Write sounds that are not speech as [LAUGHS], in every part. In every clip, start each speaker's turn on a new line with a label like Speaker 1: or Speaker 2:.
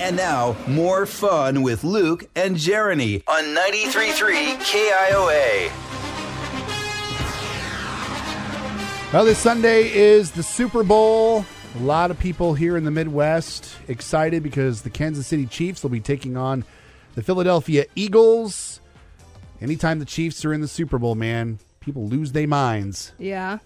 Speaker 1: And now, more fun with Luke and Jeremy on 93.3 KIOA.
Speaker 2: Well, this Sunday is the Super Bowl. A lot of people here in the Midwest excited because the Kansas City Chiefs will be taking on the Philadelphia Eagles. Anytime the Chiefs are in the Super Bowl, man, people lose their minds.
Speaker 3: Yeah.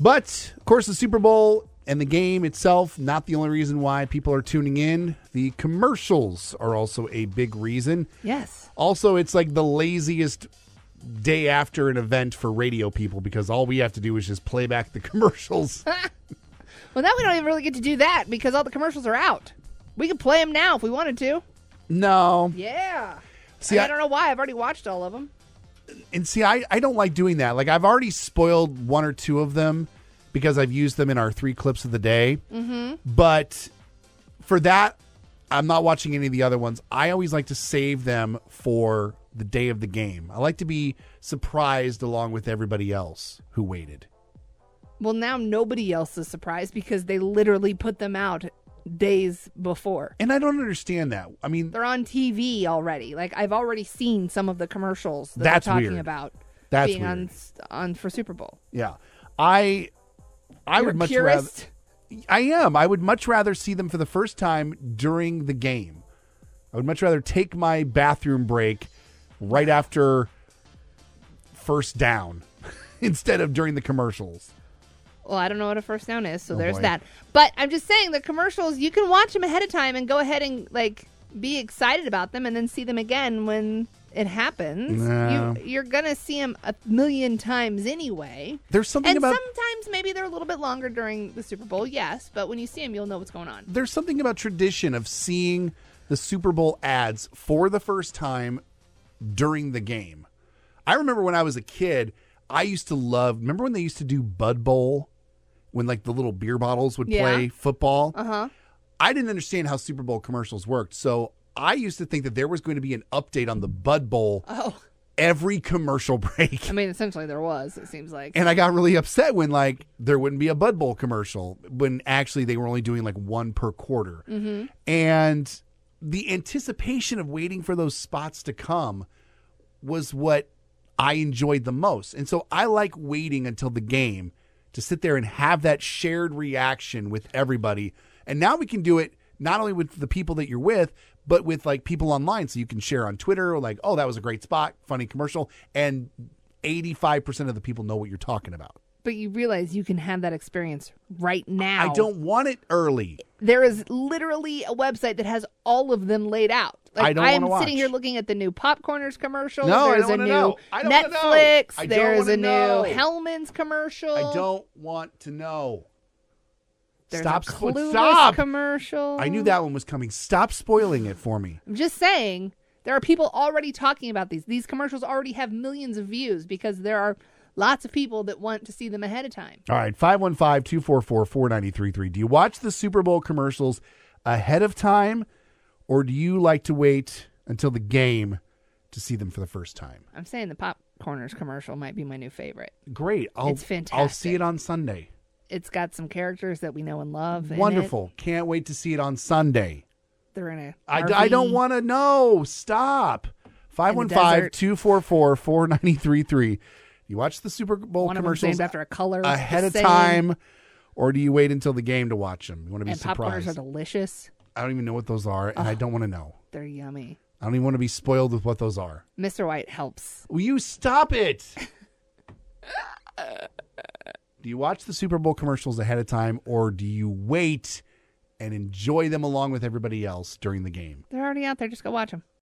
Speaker 2: But, of course, the Super Bowl and the game itself, not the only reason why people are tuning in. The commercials are also a big reason.
Speaker 3: Yes.
Speaker 2: Also, it's like the laziest day after an event for radio people because all we have to do is just play back the [LAUGHS] commercials.
Speaker 3: Well, now we don't even really get to do that because all the commercials are out. We could play them now if we wanted to.
Speaker 2: no.
Speaker 3: Yeah.
Speaker 2: See,
Speaker 3: I,
Speaker 2: I-
Speaker 3: don't know why. I've already watched all of them.
Speaker 2: and see I, I don't like doing that like i've already spoiled one or two of them because i've used them in our three clips of the day mm-hmm. but for that i'm not watching any of the other ones i always like to save them for the day of the game i like to be surprised along with everybody else who waited
Speaker 3: Well, now nobody else is surprised because they literally put them out days before.
Speaker 2: and i don't understand that i mean
Speaker 3: They're on TV already. Like I've already seen some of the commercials that
Speaker 2: That's
Speaker 3: they're talking
Speaker 2: weird.
Speaker 3: about
Speaker 2: That's
Speaker 3: being on
Speaker 2: weird.
Speaker 3: s- on for Super Bowl.
Speaker 2: yeah i i
Speaker 3: You're
Speaker 2: would
Speaker 3: a
Speaker 2: much rather
Speaker 3: purist?
Speaker 2: I am. I would much rather see them for the first time during the game. I would much rather take my bathroom break right after first down [LAUGHS] instead of during the commercials.
Speaker 3: Well, I don't know what a first down is, so there's
Speaker 2: Oh, boy.
Speaker 3: that. But I'm just saying the commercials, you can watch them ahead of time and go ahead and like be excited about them and then see them again when it happens.
Speaker 2: No.
Speaker 3: You, you're going to see them a million times anyway.
Speaker 2: There's something
Speaker 3: And
Speaker 2: about
Speaker 3: sometimes maybe they're a little bit longer during the Super Bowl, yes, but when you see them, you'll know what's going on.
Speaker 2: there's something about tradition of seeing the Super Bowl ads for the first time during the game. I remember when I was a kid, I used to love. Remember when they used to do Bud Bowl, when like the little beer bottles would
Speaker 3: Yeah.
Speaker 2: play football. Uh huh. I didn't understand how Super Bowl commercials worked, so I used to think that there was going to be an update on the Bud Bowl
Speaker 3: Oh,
Speaker 2: every commercial [LAUGHS] break.
Speaker 3: I mean, essentially there was, it seems like.
Speaker 2: And I got really upset when like there wouldn't be a Bud Bowl commercial when actually they were only doing like one per quarter. And the anticipation of waiting for those spots to come was what I enjoyed the most. And so I like waiting until the game to sit there and have that shared reaction with everybody. And now we can do it not only with the people that you're with, but with like people online. So you can share on Twitter, or like, oh, that was a great spot, funny commercial. And 85% of the people know what you're talking about.
Speaker 3: But you realize you can have that experience right now.
Speaker 2: I don't want it early.
Speaker 3: there is literally a website that has all of them laid out. Like,
Speaker 2: I don't
Speaker 3: I'm
Speaker 2: wanna
Speaker 3: sitting
Speaker 2: watch.
Speaker 3: here looking at the new Popcorners commercial.
Speaker 2: No, I
Speaker 3: there's
Speaker 2: don't
Speaker 3: a
Speaker 2: wanna
Speaker 3: new
Speaker 2: know. I don't wanna know.
Speaker 3: Netflix.
Speaker 2: I don't
Speaker 3: there's
Speaker 2: wanna
Speaker 3: a new
Speaker 2: know.
Speaker 3: Hellman's commercial.
Speaker 2: I don't want to know.
Speaker 3: There's
Speaker 2: stop
Speaker 3: a
Speaker 2: spo-
Speaker 3: Clueless
Speaker 2: stop.
Speaker 3: commercial.
Speaker 2: I knew that one was coming. Stop spoiling it for me.
Speaker 3: I'm just saying there are people already talking about these. These commercials already have millions of views because there are lots of people that want to see them ahead of time.
Speaker 2: All right, 515 244 4933. Do you watch the Super Bowl commercials ahead of time, or do you like to wait until the game to see them for the first time?
Speaker 3: I'm saying the Popcorners commercial might be my new favorite.
Speaker 2: Great. I'll,
Speaker 3: It's fantastic.
Speaker 2: I'll see it on Sunday.
Speaker 3: It's got some characters that we know and love. in it.
Speaker 2: Wonderful. Can't wait to see it on Sunday.
Speaker 3: They're in a.
Speaker 2: I, I don't
Speaker 3: RV.
Speaker 2: want to know. Stop. 515 244 4933. You watch the Super Bowl
Speaker 3: one of them's
Speaker 2: commercials
Speaker 3: named after a color
Speaker 2: ahead
Speaker 3: the
Speaker 2: of
Speaker 3: same,
Speaker 2: time, or do you wait until the game to watch them? You want to be
Speaker 3: And popcorners
Speaker 2: surprised.
Speaker 3: are delicious.
Speaker 2: I don't even know what those are, and I don't want to know.
Speaker 3: They're yummy.
Speaker 2: I don't even want to be spoiled with what those are.
Speaker 3: Mr. White helps.
Speaker 2: Will you stop it? do you watch the Super Bowl commercials ahead of time, or do you wait and enjoy them along with everybody else during the game?
Speaker 3: They're already out there. Just go watch them.